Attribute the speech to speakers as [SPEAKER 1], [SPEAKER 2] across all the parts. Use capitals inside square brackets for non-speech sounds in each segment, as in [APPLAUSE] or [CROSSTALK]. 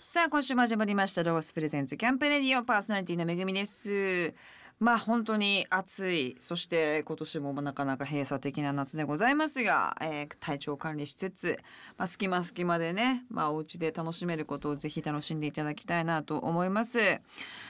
[SPEAKER 1] さあ今週も始まりましたロゴスプレゼンツキャンプレディオパーソナリティのめぐみですまあ本当に暑いそして今年もなかなか閉鎖的な夏でございますが、えー体調を管理しつつ、まあ、隙間隙間でね、まあ、お家で楽しめることをぜひ楽しんでいただきたいなと思います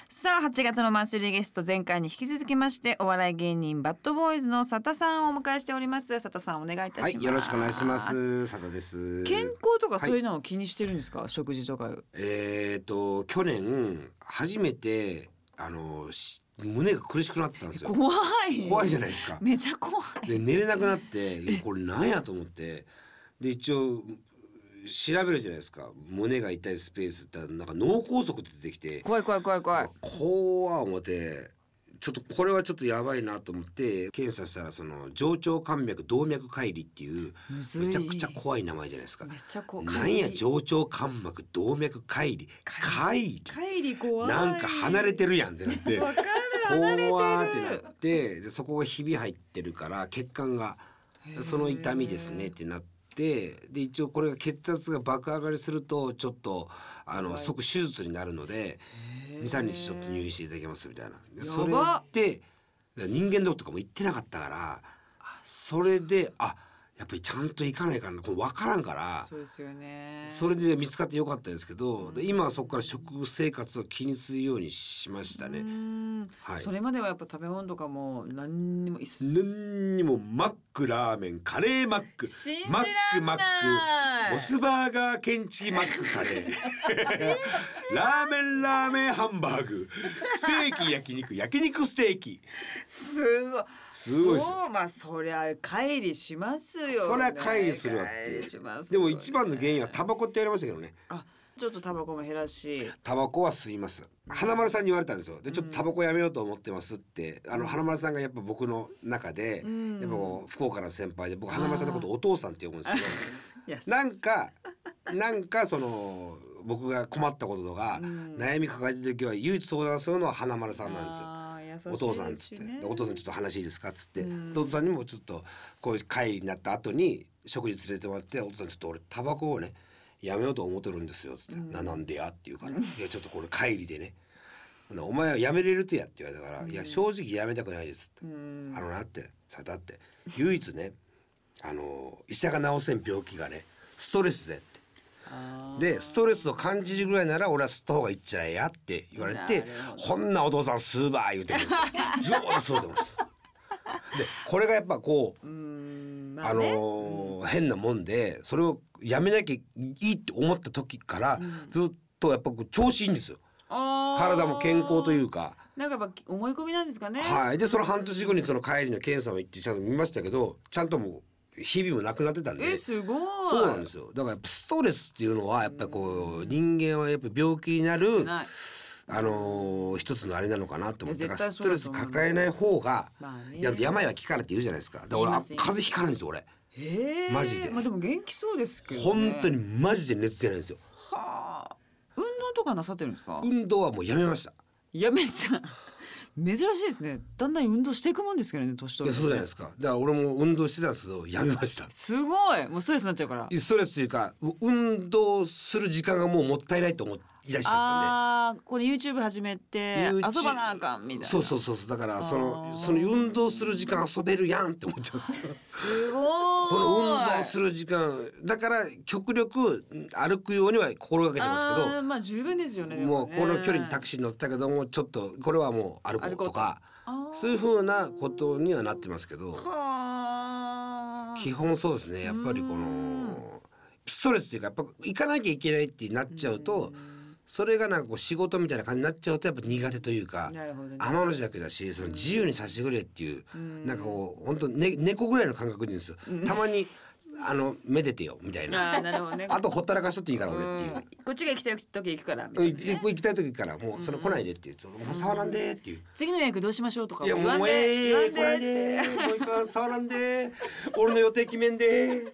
[SPEAKER 1] さあ8月のマンスリーゲスト前回に引き続きましてお笑い芸人バッドボーイズの佐田さんをお迎えしております佐田さんお願いいたします、
[SPEAKER 2] はい、よろしくお願いします。佐田です。
[SPEAKER 1] 健康とかそういうのを気にしてるんですか、食事とか
[SPEAKER 2] えっ、と去年初めてあのし胸が苦しくなったんですよ。
[SPEAKER 1] 怖い
[SPEAKER 2] 怖いじゃないですか。
[SPEAKER 1] めちゃ怖い
[SPEAKER 2] で寝れなくなっていやこれなんやと思ってで一応調べるじゃないですか。胸が痛いスペースってなんか脳梗塞って出てきて、
[SPEAKER 1] 怖い怖い怖い怖い
[SPEAKER 2] 怖い思って。ちょっとこれはちょっとやばいなと思って検査したらその上腸間脈動脈解離っていう
[SPEAKER 1] むずい
[SPEAKER 2] めちゃくちゃ怖い名前じゃないですか
[SPEAKER 1] めっちゃ怖い
[SPEAKER 2] なんや上腸間膜動脈解離解
[SPEAKER 1] 帰り怖
[SPEAKER 2] 離
[SPEAKER 1] い
[SPEAKER 2] なんか離れてるやんってなって
[SPEAKER 1] [LAUGHS] わかる離れてる
[SPEAKER 2] 怖ってなってでそこがひび入ってるから血管がその痛みですねってなってで一応これが血圧が爆上がりするとちょっとあの即手術になるので23日ちょっと入院していただけますみたいなでそれ
[SPEAKER 1] ば
[SPEAKER 2] で人間ドックとかも行ってなかったからそれであやっぱりちゃんと行かないからなこれ分からんから。
[SPEAKER 1] そうですよね
[SPEAKER 2] それで見つかってよかったですけど、で今はそこから食生活を気にするようにしましたね。
[SPEAKER 1] うん
[SPEAKER 2] はい
[SPEAKER 1] それまではやっぱ食べ物とかも何にも一
[SPEAKER 2] 何にもマックラーメンカレーマック
[SPEAKER 1] 信じらんな
[SPEAKER 2] マッ
[SPEAKER 1] い
[SPEAKER 2] クマックモスバーガーケンチキマックカレーラーメンラーメンハンバーグステーキ焼肉焼肉ステーキ
[SPEAKER 1] すごい
[SPEAKER 2] すごいですよ
[SPEAKER 1] そうまあそりゃ帰りしますよ、ね、
[SPEAKER 2] それは乖離するわっ
[SPEAKER 1] 乖離
[SPEAKER 2] て
[SPEAKER 1] します
[SPEAKER 2] で
[SPEAKER 1] よ
[SPEAKER 2] も
[SPEAKER 1] ね
[SPEAKER 2] 一番の原因はタバコってやりましたけどね
[SPEAKER 1] あちょっとタバコも減らし
[SPEAKER 2] タバコは吸います花丸さんに言われたんですよでちょっとタバコやめようと思ってますってあの花丸さんがやっぱ僕の中で、
[SPEAKER 1] ん
[SPEAKER 2] やっぱこう福岡の先輩で僕花丸さんのことお父さんって呼ぶんですけど
[SPEAKER 1] いや
[SPEAKER 2] [LAUGHS] [LAUGHS] なんかなんかその僕が困ったこととか、悩み抱えてる時は唯一相談するのは花丸さんなんですよ。
[SPEAKER 1] あー優しい
[SPEAKER 2] お父さんっつって、
[SPEAKER 1] しね
[SPEAKER 2] でお父さんちょっと話いいですかっつって、でお父さんにもちょっとこういう会になった後に食事連れてもらってお父さんちょっと俺タバコをねやめようと思ってるんですよっつって、ななんでやって言うから、いやちょっとこれ帰りでねお前はやめれるとやって言われたから、いや正直やめたくないですって、あのなってさだって唯一ねあの医者が治せん病気がねストレスぜって
[SPEAKER 1] あ
[SPEAKER 2] でストレスを感じるぐらいなら俺は吸った方がいいんじゃないやって言われ
[SPEAKER 1] な
[SPEAKER 2] て
[SPEAKER 1] る
[SPEAKER 2] 「こんなお父さん吸うば」言う
[SPEAKER 1] [LAUGHS]
[SPEAKER 2] てくる上手に吸うてます。でこれがやっぱこう、
[SPEAKER 1] ーうーんま
[SPEAKER 2] あ
[SPEAKER 1] あ
[SPEAKER 2] の
[SPEAKER 1] ね、
[SPEAKER 2] ー変なもんでそれをやめなきゃいいって思った時から、ずっとやっぱこう調子いいんですよ。
[SPEAKER 1] あー
[SPEAKER 2] 体も健康というか。
[SPEAKER 1] なんかやっぱ思い込みなんですかね。
[SPEAKER 2] はい、でその半年後にその帰りの検査も行ってちゃんと見ましたけどちゃんともう日々もなくなってたんで
[SPEAKER 1] えすごい。
[SPEAKER 2] そうなんですよだからやっぱストレスっていうのはやっぱこう人間はやっぱ病気になる
[SPEAKER 1] ない。
[SPEAKER 2] あのー一つのあれなのかなと思って
[SPEAKER 1] いや絶
[SPEAKER 2] だから
[SPEAKER 1] 対
[SPEAKER 2] ス
[SPEAKER 1] そう
[SPEAKER 2] ト
[SPEAKER 1] だ
[SPEAKER 2] レ
[SPEAKER 1] と
[SPEAKER 2] ス
[SPEAKER 1] 思います
[SPEAKER 2] 抱えない方が、
[SPEAKER 1] まあね
[SPEAKER 2] いや病は気からって言うじゃないですかだから俺
[SPEAKER 1] 言い
[SPEAKER 2] あ
[SPEAKER 1] ます
[SPEAKER 2] 風
[SPEAKER 1] よ
[SPEAKER 2] 邪ひかないんですよ俺
[SPEAKER 1] ええ
[SPEAKER 2] マジで
[SPEAKER 1] まあでも元気そうですけど、ね。
[SPEAKER 2] 本当に。マジで熱出ないんですよ
[SPEAKER 1] はあ。運動とかなさってるんですか。
[SPEAKER 2] 運動はもうやめました
[SPEAKER 1] やめちゃう。珍しいですね。だんだん運動していくもんですけどね、年
[SPEAKER 2] い
[SPEAKER 1] 取
[SPEAKER 2] や
[SPEAKER 1] る
[SPEAKER 2] そ
[SPEAKER 1] と
[SPEAKER 2] うじゃないですかだから俺も運動してたんですけどやめました
[SPEAKER 1] すごい。もうストレスになっちゃうから。
[SPEAKER 2] ストレスというか運動する時間がもうもったいないと思い出しちゃったんで
[SPEAKER 1] ああ、これ YouTube 始めて遊
[SPEAKER 2] YouTube
[SPEAKER 1] ばなあかんみたいな。
[SPEAKER 2] そうそうそうそうだからそのその運動する時間遊べるやんって思っちゃう
[SPEAKER 1] すごい。
[SPEAKER 2] この運動する時間だから極力歩くようには心がけてますけ
[SPEAKER 1] あー
[SPEAKER 2] ど
[SPEAKER 1] まあ十分ですよね。で
[SPEAKER 2] もう
[SPEAKER 1] ね
[SPEAKER 2] この距離にタクシーに乗ってたけどもちょっとこれはもう歩こうとかそういうふうなことにはなってますけど
[SPEAKER 1] はあ。
[SPEAKER 2] 基本そうですねやっぱりこのストレスというかやっぱ行かなきゃいけないってなっちゃうとそれがなんかこう仕事みたいな感じになっちゃうとやっぱ苦手というか
[SPEAKER 1] なるほどね
[SPEAKER 2] 天の弱だしその自由にさせてくれっていうなんかこう本当ね猫ぐらいの感覚でいいんですよたまにあのめでてよみたい
[SPEAKER 1] あ
[SPEAKER 2] な
[SPEAKER 1] あなるほどね。
[SPEAKER 2] あとほったらかしとっていいから俺っていううん
[SPEAKER 1] こっちが行きたい時行くからみた
[SPEAKER 2] う
[SPEAKER 1] い
[SPEAKER 2] ん
[SPEAKER 1] な。
[SPEAKER 2] 行く行きたい時からもうその来ないでっていうちょっともう触らんでっていう。
[SPEAKER 1] 次の予約どうしましょうとか
[SPEAKER 2] いや
[SPEAKER 1] 言わん
[SPEAKER 2] もう
[SPEAKER 1] で
[SPEAKER 2] ええー、来
[SPEAKER 1] 言わ
[SPEAKER 2] なんい
[SPEAKER 1] で
[SPEAKER 2] でー、もういかん、触らんでー、俺の予定決めんでー。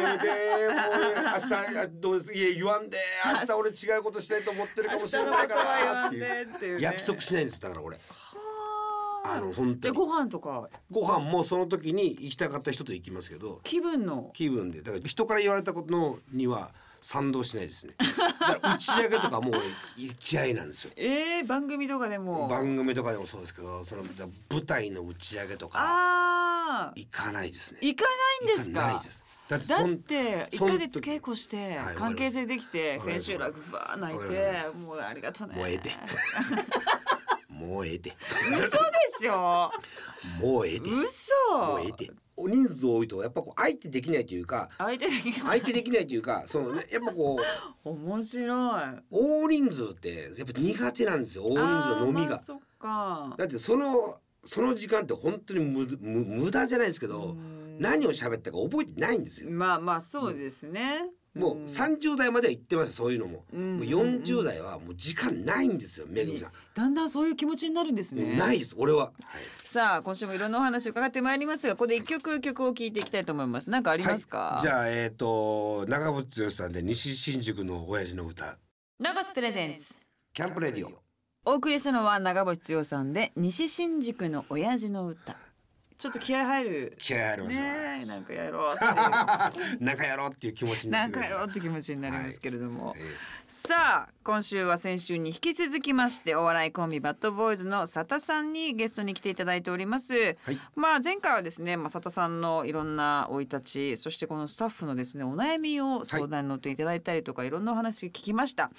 [SPEAKER 2] やめてー、もう明日、どうです、いや、言わんでー、明日俺違うことしたいと思ってるかもしれないからーっ
[SPEAKER 1] 明日のことは
[SPEAKER 2] て
[SPEAKER 1] 言わんでーってい
[SPEAKER 2] いうう。
[SPEAKER 1] ね
[SPEAKER 2] 約束しないんです、だから俺。あの、本
[SPEAKER 1] じゃ
[SPEAKER 2] 当
[SPEAKER 1] あ
[SPEAKER 2] に。
[SPEAKER 1] ご飯とか
[SPEAKER 2] ご飯もその時に行きたかった人と行きますけど、
[SPEAKER 1] 気分の
[SPEAKER 2] 気分で、だから人から言われたことのには。賛同しないですね。だから打ち上げとかもう俺嫌いなんですよ。
[SPEAKER 1] えー、番組とかでも。
[SPEAKER 2] 番組とかでもそうですけど、その舞台の打ち上げとか
[SPEAKER 1] ああ。
[SPEAKER 2] 行かないですね。
[SPEAKER 1] 行かないんですか。
[SPEAKER 2] 行ないです。だって
[SPEAKER 1] だ
[SPEAKER 2] そ
[SPEAKER 1] っ
[SPEAKER 2] ん
[SPEAKER 1] て一
[SPEAKER 2] そん
[SPEAKER 1] ヶ月稽古して
[SPEAKER 2] はい
[SPEAKER 1] 関係性できて
[SPEAKER 2] わかり
[SPEAKER 1] 千
[SPEAKER 2] ます
[SPEAKER 1] 秋楽ばー泣い
[SPEAKER 2] わかりま
[SPEAKER 1] てもうありがとうね。
[SPEAKER 2] もう
[SPEAKER 1] [LAUGHS]
[SPEAKER 2] ええてもうええて、
[SPEAKER 1] 嘘でし
[SPEAKER 2] [LAUGHS]
[SPEAKER 1] ょ。
[SPEAKER 2] もうええて、も
[SPEAKER 1] 嘘。
[SPEAKER 2] うええて。お人数多いとやっぱこう相手できないというか、
[SPEAKER 1] 相手できない
[SPEAKER 2] 相手できないというか、そのねやっぱこう
[SPEAKER 1] 面白い。
[SPEAKER 2] 大人数ってやっぱ苦手なんですよ。大人数の飲み
[SPEAKER 1] あーま
[SPEAKER 2] が
[SPEAKER 1] あ。そっか。
[SPEAKER 2] だってそのその時間って本当に無無無駄じゃないですけ
[SPEAKER 1] う
[SPEAKER 2] ど
[SPEAKER 1] ん
[SPEAKER 2] 何を喋ったか覚えてないんですよ。
[SPEAKER 1] まあまあそうですね。
[SPEAKER 2] もう30代までは行ってますそういうのも。
[SPEAKER 1] うん
[SPEAKER 2] も
[SPEAKER 1] う
[SPEAKER 2] う
[SPEAKER 1] んうん
[SPEAKER 2] 40代はもう時間ないんですよめぐみさん。
[SPEAKER 1] だんだんそういう気持ちになるんですね。
[SPEAKER 2] ないです俺は。
[SPEAKER 1] さあ今週もいろんなお話を伺ってまいりますがここで一曲曲を聞いていきたいと思います。なんかありますか。
[SPEAKER 2] じゃあえっ、と長渕剛さんで西新宿の親父の歌
[SPEAKER 1] ラゴスプレゼンツ。
[SPEAKER 2] キャンプレディオ。
[SPEAKER 1] お送りしたのは長渕剛さんで西新宿の親父の歌。ちょっと気合入る。
[SPEAKER 2] 気合入りますよ。 [LAUGHS]
[SPEAKER 1] ねえなんかやろうっていう。
[SPEAKER 2] 仲やろうっていう気持ちにな
[SPEAKER 1] な
[SPEAKER 2] っ
[SPEAKER 1] ん
[SPEAKER 2] てく
[SPEAKER 1] か
[SPEAKER 2] だ
[SPEAKER 1] やろ
[SPEAKER 2] さ
[SPEAKER 1] うって気持ちになりますけれども、
[SPEAKER 2] い。ええ
[SPEAKER 1] さあ今週は先週に引き続きましてお笑いコンビバッドボーイズの佐田さんにゲストに来ていただいております、
[SPEAKER 2] はい
[SPEAKER 1] まあ前回はですね、まあ、佐田さんのいろんな生い立ちそしてこのスタッフのですねお悩みを相談に乗っていただいたりとか、い、ろんなお話聞きました、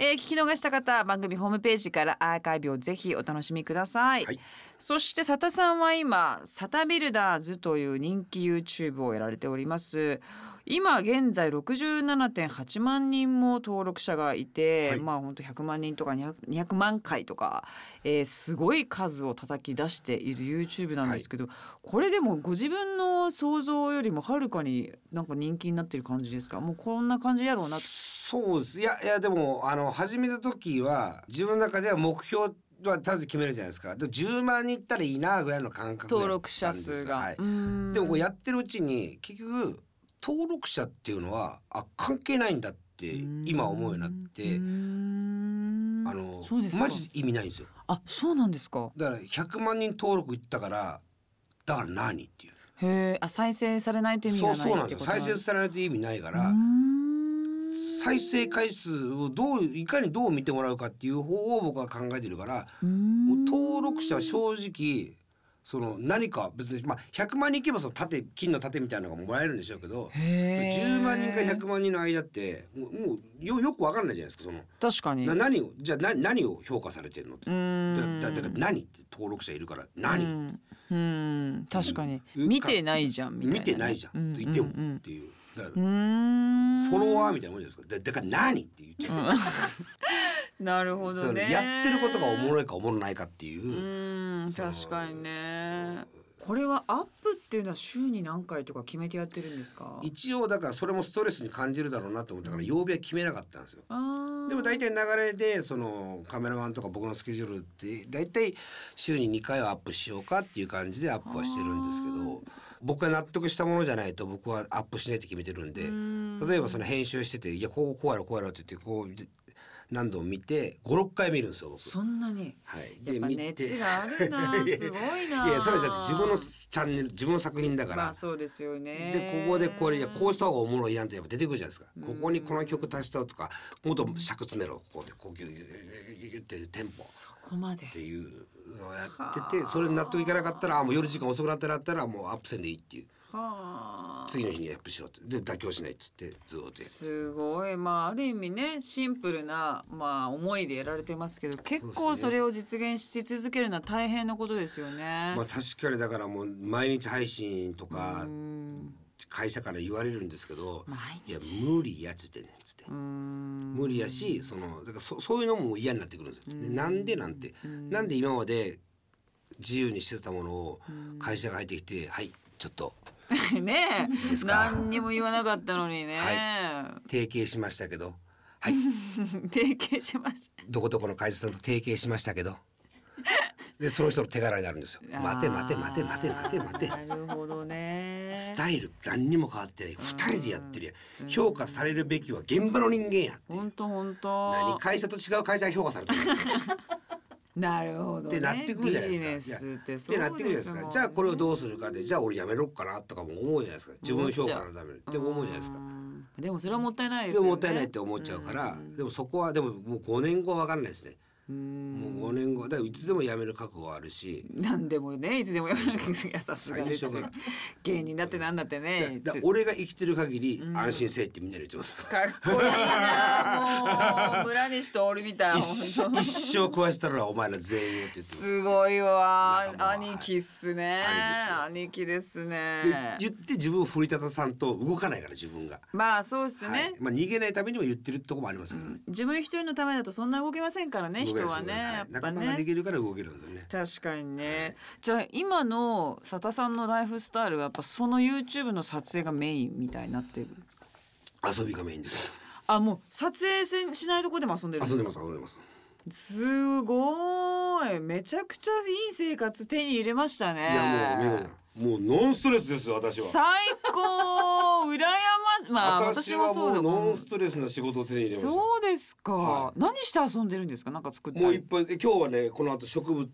[SPEAKER 1] えー聞き逃した方番組ホームページからアーカイブをぜひお楽しみください、
[SPEAKER 2] はい
[SPEAKER 1] そして佐田さんは今佐田ビルダーズという人気 YouTube をやられております今現在67.8万人も登録者がいて、
[SPEAKER 2] はい
[SPEAKER 1] まあ本当100万人とか 200, 200万回とか、えーすごい数を叩き出している YouTube なんですけど、これでもご自分の想像よりもはるかになんか人気になってる感じですかもうこんな感じやろうなと
[SPEAKER 2] そうですいやいやでもあの始めた時は自分の中では目標はたず決めるじゃないですかでも10万人いったらいいなぐらいの感覚で
[SPEAKER 1] 登録者数が。
[SPEAKER 2] はい、
[SPEAKER 1] うん
[SPEAKER 2] でもこうやってるうちに結局登録者っていうのはあ関係ないんだって今思うようになって
[SPEAKER 1] うん
[SPEAKER 2] あの
[SPEAKER 1] そうですか
[SPEAKER 2] マジ意味ないんですよ
[SPEAKER 1] あそうなんですか
[SPEAKER 2] だから100万人登録いったからだから何っていう
[SPEAKER 1] へえあ再生されないという意味
[SPEAKER 2] そう
[SPEAKER 1] が
[SPEAKER 2] そう
[SPEAKER 1] な
[SPEAKER 2] ないん
[SPEAKER 1] って
[SPEAKER 2] です
[SPEAKER 1] こ
[SPEAKER 2] よ
[SPEAKER 1] となん
[SPEAKER 2] 再
[SPEAKER 1] で
[SPEAKER 2] 生
[SPEAKER 1] す
[SPEAKER 2] されないと意味ないか
[SPEAKER 1] うー
[SPEAKER 2] ら
[SPEAKER 1] ん
[SPEAKER 2] 再生回数をどういかにどう見てもらうかっていう方を僕は考えてるから
[SPEAKER 1] うーん
[SPEAKER 2] もう登録者は正直その何か別に、まあ、100万人いけばその盾金の盾みたいなのがもらえるんでしょうけどその
[SPEAKER 1] へー
[SPEAKER 2] 10万人から100万人の間ってもうもうよよく分かんないじゃないですかその、
[SPEAKER 1] 確かに
[SPEAKER 2] な
[SPEAKER 1] う
[SPEAKER 2] 何をじゃあな何を評価されてるのって
[SPEAKER 1] ー。ん
[SPEAKER 2] だだだから何って登録者いるから
[SPEAKER 1] う
[SPEAKER 2] 何、
[SPEAKER 1] んうん確かに
[SPEAKER 2] うん
[SPEAKER 1] 見てないじゃんみたいな
[SPEAKER 2] 見てないじゃん、って言ってもっていうだから、
[SPEAKER 1] フ
[SPEAKER 2] フォロワーみたいなもんじゃないですかだだから何って言っちゃう、 [LAUGHS]
[SPEAKER 1] なるほ
[SPEAKER 2] そ
[SPEAKER 1] ど
[SPEAKER 2] の
[SPEAKER 1] ね
[SPEAKER 2] やってることがおも
[SPEAKER 1] い
[SPEAKER 2] ろいかおもろないかっていう、
[SPEAKER 1] うん
[SPEAKER 2] その
[SPEAKER 1] 確かにねこれはアップっていうのは週に何回とか決めてやってるんですか
[SPEAKER 2] 一応だからそれもストレスに感じるだろうなと思ったから曜日は決めなかったんですよ。
[SPEAKER 1] あー
[SPEAKER 2] でも大体流れでそのカメラマンとか僕のスケジュールって大体週に2回はアップしようかっていう感じでアップはしてるんですけど僕が納得したものじゃないと僕はアップしないって決めてるんで
[SPEAKER 1] うん
[SPEAKER 2] 例えばその編集してて「いやこここうやろこうやろ」って言ってこう何度も見て56回見るんですよ僕。
[SPEAKER 1] そんなに
[SPEAKER 2] はい、
[SPEAKER 1] やっぱ熱があるな
[SPEAKER 2] [LAUGHS]
[SPEAKER 1] すごいない
[SPEAKER 2] やそれだって自分のチャンネル自分の作品だから、
[SPEAKER 1] まあそうですよね
[SPEAKER 2] でここでこれいやこうした方がおもろいやんってやっぱ出てくるじゃないですか、ここにこの曲足したとかもっと尺詰めろここでこうギュギュギュギュギュっていうテンポっ
[SPEAKER 1] そこまで
[SPEAKER 2] ていうのをやっててそれに納得いかなかったらあもう夜時間遅くなったらなったらもうアップせんでいいっていう
[SPEAKER 1] はあ
[SPEAKER 2] 次の日にアップしようってで妥協しないっつってずーっとやって
[SPEAKER 1] すごいまあある意味ねシンプルなまあ思いでやられてますけど結
[SPEAKER 2] そう
[SPEAKER 1] 構
[SPEAKER 2] ですね
[SPEAKER 1] それを実現し続けるのは大変なことですよね。
[SPEAKER 2] まあ確かにだからもう毎日配信とか
[SPEAKER 1] うん
[SPEAKER 2] 会社から言われるんですけど
[SPEAKER 1] 毎
[SPEAKER 2] いや無理やっつってねっつって
[SPEAKER 1] うん
[SPEAKER 2] 無理やしそのだからそそういうのも嫌になってくるんですよ。でなんでなんてなんで今まで自由にしてたものを会社が入ってきて「はいちょっと
[SPEAKER 1] ね
[SPEAKER 2] いですか
[SPEAKER 1] 何にも言わなかったのにね、
[SPEAKER 2] 提携しましたけど [LAUGHS] はい
[SPEAKER 1] [LAUGHS] 提携しました。
[SPEAKER 2] どこどこの会社さんと提携しましたけど」でその人の手柄になるんですよ。待て待て待て待て待て待て
[SPEAKER 1] あーなるほどね。
[SPEAKER 2] スタイル何にも変わってない2人でやってるやん評価されるべきは現場の人間やって
[SPEAKER 1] 本当本当。
[SPEAKER 2] 何会社と違う会社が評価されてる
[SPEAKER 1] なるほど、
[SPEAKER 2] っ
[SPEAKER 1] ね。
[SPEAKER 2] てなってくるじゃないですか。
[SPEAKER 1] ビジネスって
[SPEAKER 2] っ
[SPEAKER 1] そうです
[SPEAKER 2] てな
[SPEAKER 1] も
[SPEAKER 2] っ
[SPEAKER 1] ん
[SPEAKER 2] てくるじゃないですか。じゃあこれを
[SPEAKER 1] う
[SPEAKER 2] どうするかで、じゃあ俺やめろっかなとかも思うじゃないですか。自分の評価のためにって思うじゃないですか。
[SPEAKER 1] んでもそれはもったいないです
[SPEAKER 2] で
[SPEAKER 1] よ
[SPEAKER 2] も
[SPEAKER 1] ね。
[SPEAKER 2] もったいないって思っちゃうから、
[SPEAKER 1] ん
[SPEAKER 2] でもそこはでももう5年後は分かんないです
[SPEAKER 1] う
[SPEAKER 2] ね、
[SPEAKER 1] ん
[SPEAKER 2] もう5年後だからいつでも辞める覚悟はあるし、
[SPEAKER 1] なんでもねいつでもやるいやさすがですよ
[SPEAKER 2] 最初から
[SPEAKER 1] 芸人だってなんだってね
[SPEAKER 2] だだ俺が生きてる限り安心せいってみんなに言ってます、
[SPEAKER 1] かっこいいなもう村西とおるみたい
[SPEAKER 2] 一
[SPEAKER 1] 本当
[SPEAKER 2] 生一生食わしたらお前ら全員をって言ってます
[SPEAKER 1] すごいわ
[SPEAKER 2] 仲間
[SPEAKER 1] 兄貴っすね兄貴ですね
[SPEAKER 2] で言って自分を奮い立たさんと動かないから自分が、
[SPEAKER 1] まあそうです
[SPEAKER 2] はい
[SPEAKER 1] ね
[SPEAKER 2] まあ、逃げないためにも言ってるとこもありますけどね、
[SPEAKER 1] 自分一人のためだとそんな動けませんからね人
[SPEAKER 2] 動けない
[SPEAKER 1] はね
[SPEAKER 2] ですよ
[SPEAKER 1] や
[SPEAKER 2] い
[SPEAKER 1] っぱ
[SPEAKER 2] 仲間がで
[SPEAKER 1] ね
[SPEAKER 2] きるから動けるんですよね
[SPEAKER 1] 確かにねじゃあ今の佐田さんのライフスタイルはやっぱその YouTube の撮影がメインみたいになってる
[SPEAKER 2] 遊びがメインです
[SPEAKER 1] あもう撮影せんしないとこでも遊んでるんですか
[SPEAKER 2] 遊んでます遊んでます
[SPEAKER 1] すごいめちゃくちゃいい生活手に入れましたね
[SPEAKER 2] いやもう美穂さんもうノンストレスですよ私は
[SPEAKER 1] 最高羨ましまあ私
[SPEAKER 2] 私
[SPEAKER 1] も
[SPEAKER 2] は
[SPEAKER 1] そう
[SPEAKER 2] も
[SPEAKER 1] だ
[SPEAKER 2] うノンストレスな仕事を手に入れました
[SPEAKER 1] そうですか、
[SPEAKER 2] は
[SPEAKER 1] 何して遊んでるんですかなんか作ったり
[SPEAKER 2] もういっぱいで今日はねこの後植物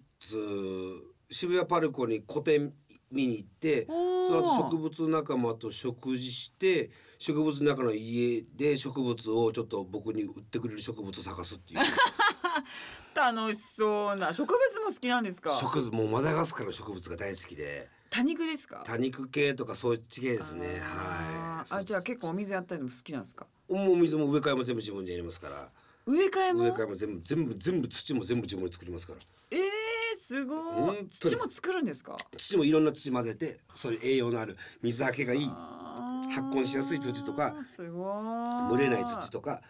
[SPEAKER 2] 渋谷パルコに個展見に行って
[SPEAKER 1] おー
[SPEAKER 2] その後植物仲間と食事して植物の中の家で植物をちょっと僕に売ってくれる植物を探す
[SPEAKER 1] [LAUGHS]
[SPEAKER 2] っていう
[SPEAKER 1] 楽しそうな植物も好きなんですか
[SPEAKER 2] 植物もうマダガスカルの植物が大好きで
[SPEAKER 1] 多肉ですか
[SPEAKER 2] 多肉系とかそっち系ですねは
[SPEAKER 1] あ
[SPEAKER 2] い
[SPEAKER 1] ーあじゃあ結構お水やったりも好きなんですか
[SPEAKER 2] もう水も植え替えも全部自分でやりますから
[SPEAKER 1] 植え替えも
[SPEAKER 2] 植え替えも全部全部全部土も全部自分で作りますから
[SPEAKER 1] えー、す
[SPEAKER 2] 本
[SPEAKER 1] ご
[SPEAKER 2] 当
[SPEAKER 1] い
[SPEAKER 2] に
[SPEAKER 1] 土も作るんですか
[SPEAKER 2] 土もいろんな土混ぜてそれ栄養のある水はけがいい
[SPEAKER 1] 発
[SPEAKER 2] 発根しやすい土とか
[SPEAKER 1] すごい
[SPEAKER 2] 蒸れない土とか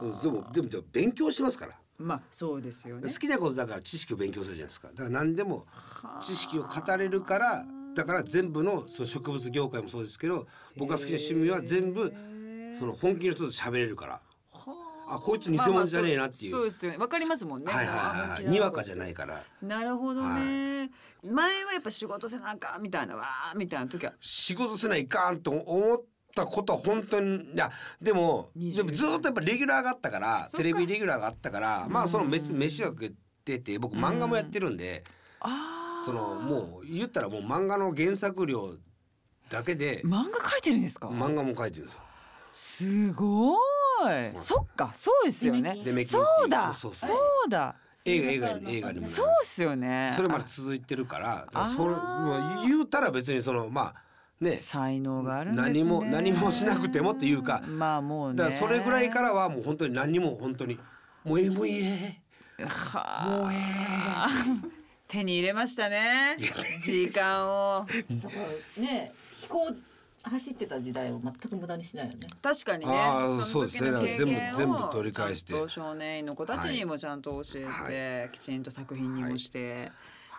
[SPEAKER 2] そう全部全部でも勉強しますから
[SPEAKER 1] まあそうですよ
[SPEAKER 2] 好
[SPEAKER 1] ね。
[SPEAKER 2] きなことだから知識を勉強するじゃないですかだから何でも知識を語れるからだから全部のその植物業界もそうですけど僕が好きな趣味は全部その本気の人と喋れるからあこいつ偽物じゃねえなっていう
[SPEAKER 1] まあまあそうそうですよね。わかりますもんね。
[SPEAKER 2] はいはい
[SPEAKER 1] あ
[SPEAKER 2] は
[SPEAKER 1] 本
[SPEAKER 2] い
[SPEAKER 1] 気
[SPEAKER 2] は
[SPEAKER 1] だ
[SPEAKER 2] いにわかじゃないから
[SPEAKER 1] なるほどね。前はやっぱ仕事せなあかんみたいなわあみたいな時は。
[SPEAKER 2] 仕事せないかんと思ったことは本当にいやでも
[SPEAKER 1] 20
[SPEAKER 2] でもずっとやっぱレギュラーがあったから
[SPEAKER 1] そっ
[SPEAKER 2] テ
[SPEAKER 1] か
[SPEAKER 2] レビレギュラーがあったからまあその飯飯は食ってて僕漫画もやってるんで。
[SPEAKER 1] ああ。
[SPEAKER 2] そのもう言ったらもう漫画の原作料だけで
[SPEAKER 1] 漫画描いてるんですか。
[SPEAKER 2] 漫画も書いてるんですよ。
[SPEAKER 1] すごい。そっかそうですよね
[SPEAKER 2] でメ。キンティー
[SPEAKER 1] そうだ
[SPEAKER 2] そ
[SPEAKER 1] そうう
[SPEAKER 2] そうそう
[SPEAKER 1] だ
[SPEAKER 2] 映画映画に映画にもなります
[SPEAKER 1] そうですよね。
[SPEAKER 2] それま
[SPEAKER 1] あ
[SPEAKER 2] で続いてるからだからそれまあ言うたら別にそのまあね
[SPEAKER 1] 才能があるんですね。
[SPEAKER 2] 何も何もしなくてもっていうか
[SPEAKER 1] まあもうね。
[SPEAKER 2] だからそれぐらいからはもう本当に何も本当にもうええもうええ
[SPEAKER 1] はあ。
[SPEAKER 2] もうえ
[SPEAKER 1] [LAUGHS] 手に入れましたね時間を
[SPEAKER 3] だからね飛行走ってた時代を全く無駄にしないよね。
[SPEAKER 1] 確かにね
[SPEAKER 2] あー
[SPEAKER 1] の時
[SPEAKER 2] そうですね
[SPEAKER 1] の経験を
[SPEAKER 2] 全部全部取り返して
[SPEAKER 1] ちゃんと少年院の子たちにもちゃんと教えて、きちんと作品にもして、
[SPEAKER 2] はい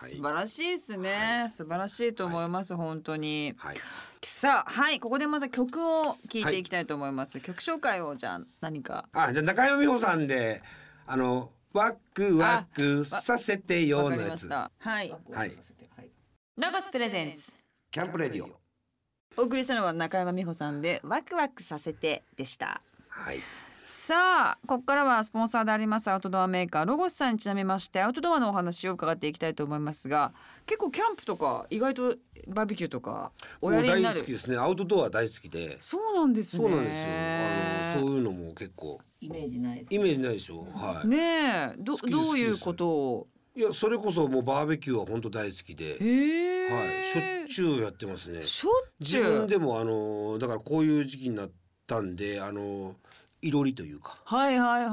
[SPEAKER 1] 素晴らしいですね、素晴らしいと思います、本当に、
[SPEAKER 2] はい
[SPEAKER 1] さあはいここでまた曲を聴いていきたいと思います、曲紹介をじゃあ何か
[SPEAKER 2] あじゃあ中山美穂さんであのワクワクさせて
[SPEAKER 1] わ
[SPEAKER 2] よ
[SPEAKER 1] か
[SPEAKER 2] の
[SPEAKER 1] り
[SPEAKER 2] や
[SPEAKER 1] まし
[SPEAKER 2] つ
[SPEAKER 1] たはい
[SPEAKER 2] はい
[SPEAKER 3] はい
[SPEAKER 1] ラゴスプレゼンツ
[SPEAKER 2] キャンプレディオ
[SPEAKER 1] お送りしたのは中山美穂さんでワクワクさせてでした
[SPEAKER 2] はい
[SPEAKER 1] さあここからはスポンサーでありますアウトドアメーカーロゴスさんにちなみましてアウトドアのお話を伺っていきたいと思いますが結構キャンプとか意外とバーベキューとかおやりにな
[SPEAKER 2] もう大好き
[SPEAKER 1] る
[SPEAKER 2] ですねアウトドア大好きで
[SPEAKER 1] そうなんですね
[SPEAKER 2] そうなんですよ。あのそういうのも結構
[SPEAKER 3] イメージない。
[SPEAKER 2] イメージないでしょ。はい。
[SPEAKER 1] ねえど
[SPEAKER 2] 好きです
[SPEAKER 1] どういうことを
[SPEAKER 2] いやそれこそもうバーベキューは本当大好き
[SPEAKER 1] へ
[SPEAKER 2] で、
[SPEAKER 1] え
[SPEAKER 2] はい。しょっちゅうやってますね。
[SPEAKER 1] しょっち
[SPEAKER 2] 自
[SPEAKER 1] ゅう
[SPEAKER 2] 分でもあのだからこういう時期になったんであのいろりというか
[SPEAKER 1] はいはいはい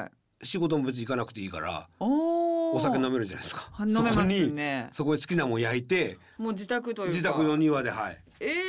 [SPEAKER 1] はい
[SPEAKER 2] 仕事も別に行かなくていいから
[SPEAKER 1] おー
[SPEAKER 2] お酒飲めるじゃないですか。
[SPEAKER 1] は飲めますね
[SPEAKER 2] そこにそこに好きなもん焼いて
[SPEAKER 1] もう自宅というか
[SPEAKER 2] 自宅の庭ではい。
[SPEAKER 1] え
[SPEAKER 2] と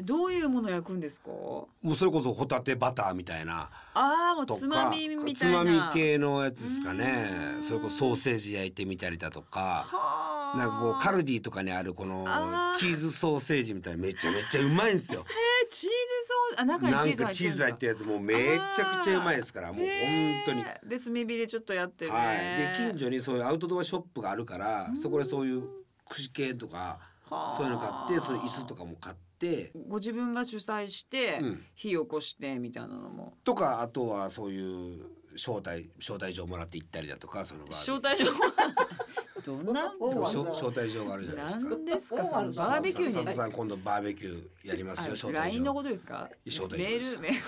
[SPEAKER 1] えどういうもの焼くんですか
[SPEAKER 2] もうそれこそホタテバターみたいな
[SPEAKER 1] ああもう
[SPEAKER 2] とか
[SPEAKER 1] つまみみたいな
[SPEAKER 2] つまみ系のやつですかね。それこそソーセージ焼いてみたりだとか。
[SPEAKER 1] はあ
[SPEAKER 2] なんかこうカルディとかにあるこの
[SPEAKER 1] あー
[SPEAKER 2] チーズソーセージみたいなめちゃめちゃうまいんですよ。
[SPEAKER 1] [LAUGHS] えチーズソースあ中に
[SPEAKER 2] なん
[SPEAKER 1] チーズ入ってるん
[SPEAKER 2] か
[SPEAKER 1] だ
[SPEAKER 2] チーズ入ってるやつもうめちゃくちゃうまいですからもう本当に。
[SPEAKER 1] へーで炭火でちょっとやってね、
[SPEAKER 2] はい。で近所にそういうアウトドアショップがあるからそこでそういう串系とか
[SPEAKER 1] はあ
[SPEAKER 2] そういうの買ってその椅子とかも買っって
[SPEAKER 1] ご自分が主催して
[SPEAKER 2] うん
[SPEAKER 1] 火起こしてみたいなのも、
[SPEAKER 2] とかあとはそういう招待招待状もらって行ったりだとかその場合
[SPEAKER 1] 招待状は [LAUGHS] どんな
[SPEAKER 3] お
[SPEAKER 2] でも
[SPEAKER 3] そ
[SPEAKER 2] 招
[SPEAKER 3] う
[SPEAKER 2] 招待状があるじゃないですか
[SPEAKER 1] 何ですか
[SPEAKER 3] そう
[SPEAKER 1] そ
[SPEAKER 3] なん
[SPEAKER 1] の
[SPEAKER 3] です
[SPEAKER 1] バーベキュー
[SPEAKER 2] 佐
[SPEAKER 1] に
[SPEAKER 2] 藤さん今度バーベキューやりますよ
[SPEAKER 1] あ
[SPEAKER 2] 招
[SPEAKER 1] ラ
[SPEAKER 2] 待
[SPEAKER 1] インの
[SPEAKER 2] 状
[SPEAKER 1] ことですか
[SPEAKER 2] 招待
[SPEAKER 1] メ
[SPEAKER 2] 状で
[SPEAKER 1] ー
[SPEAKER 2] す
[SPEAKER 1] ルメール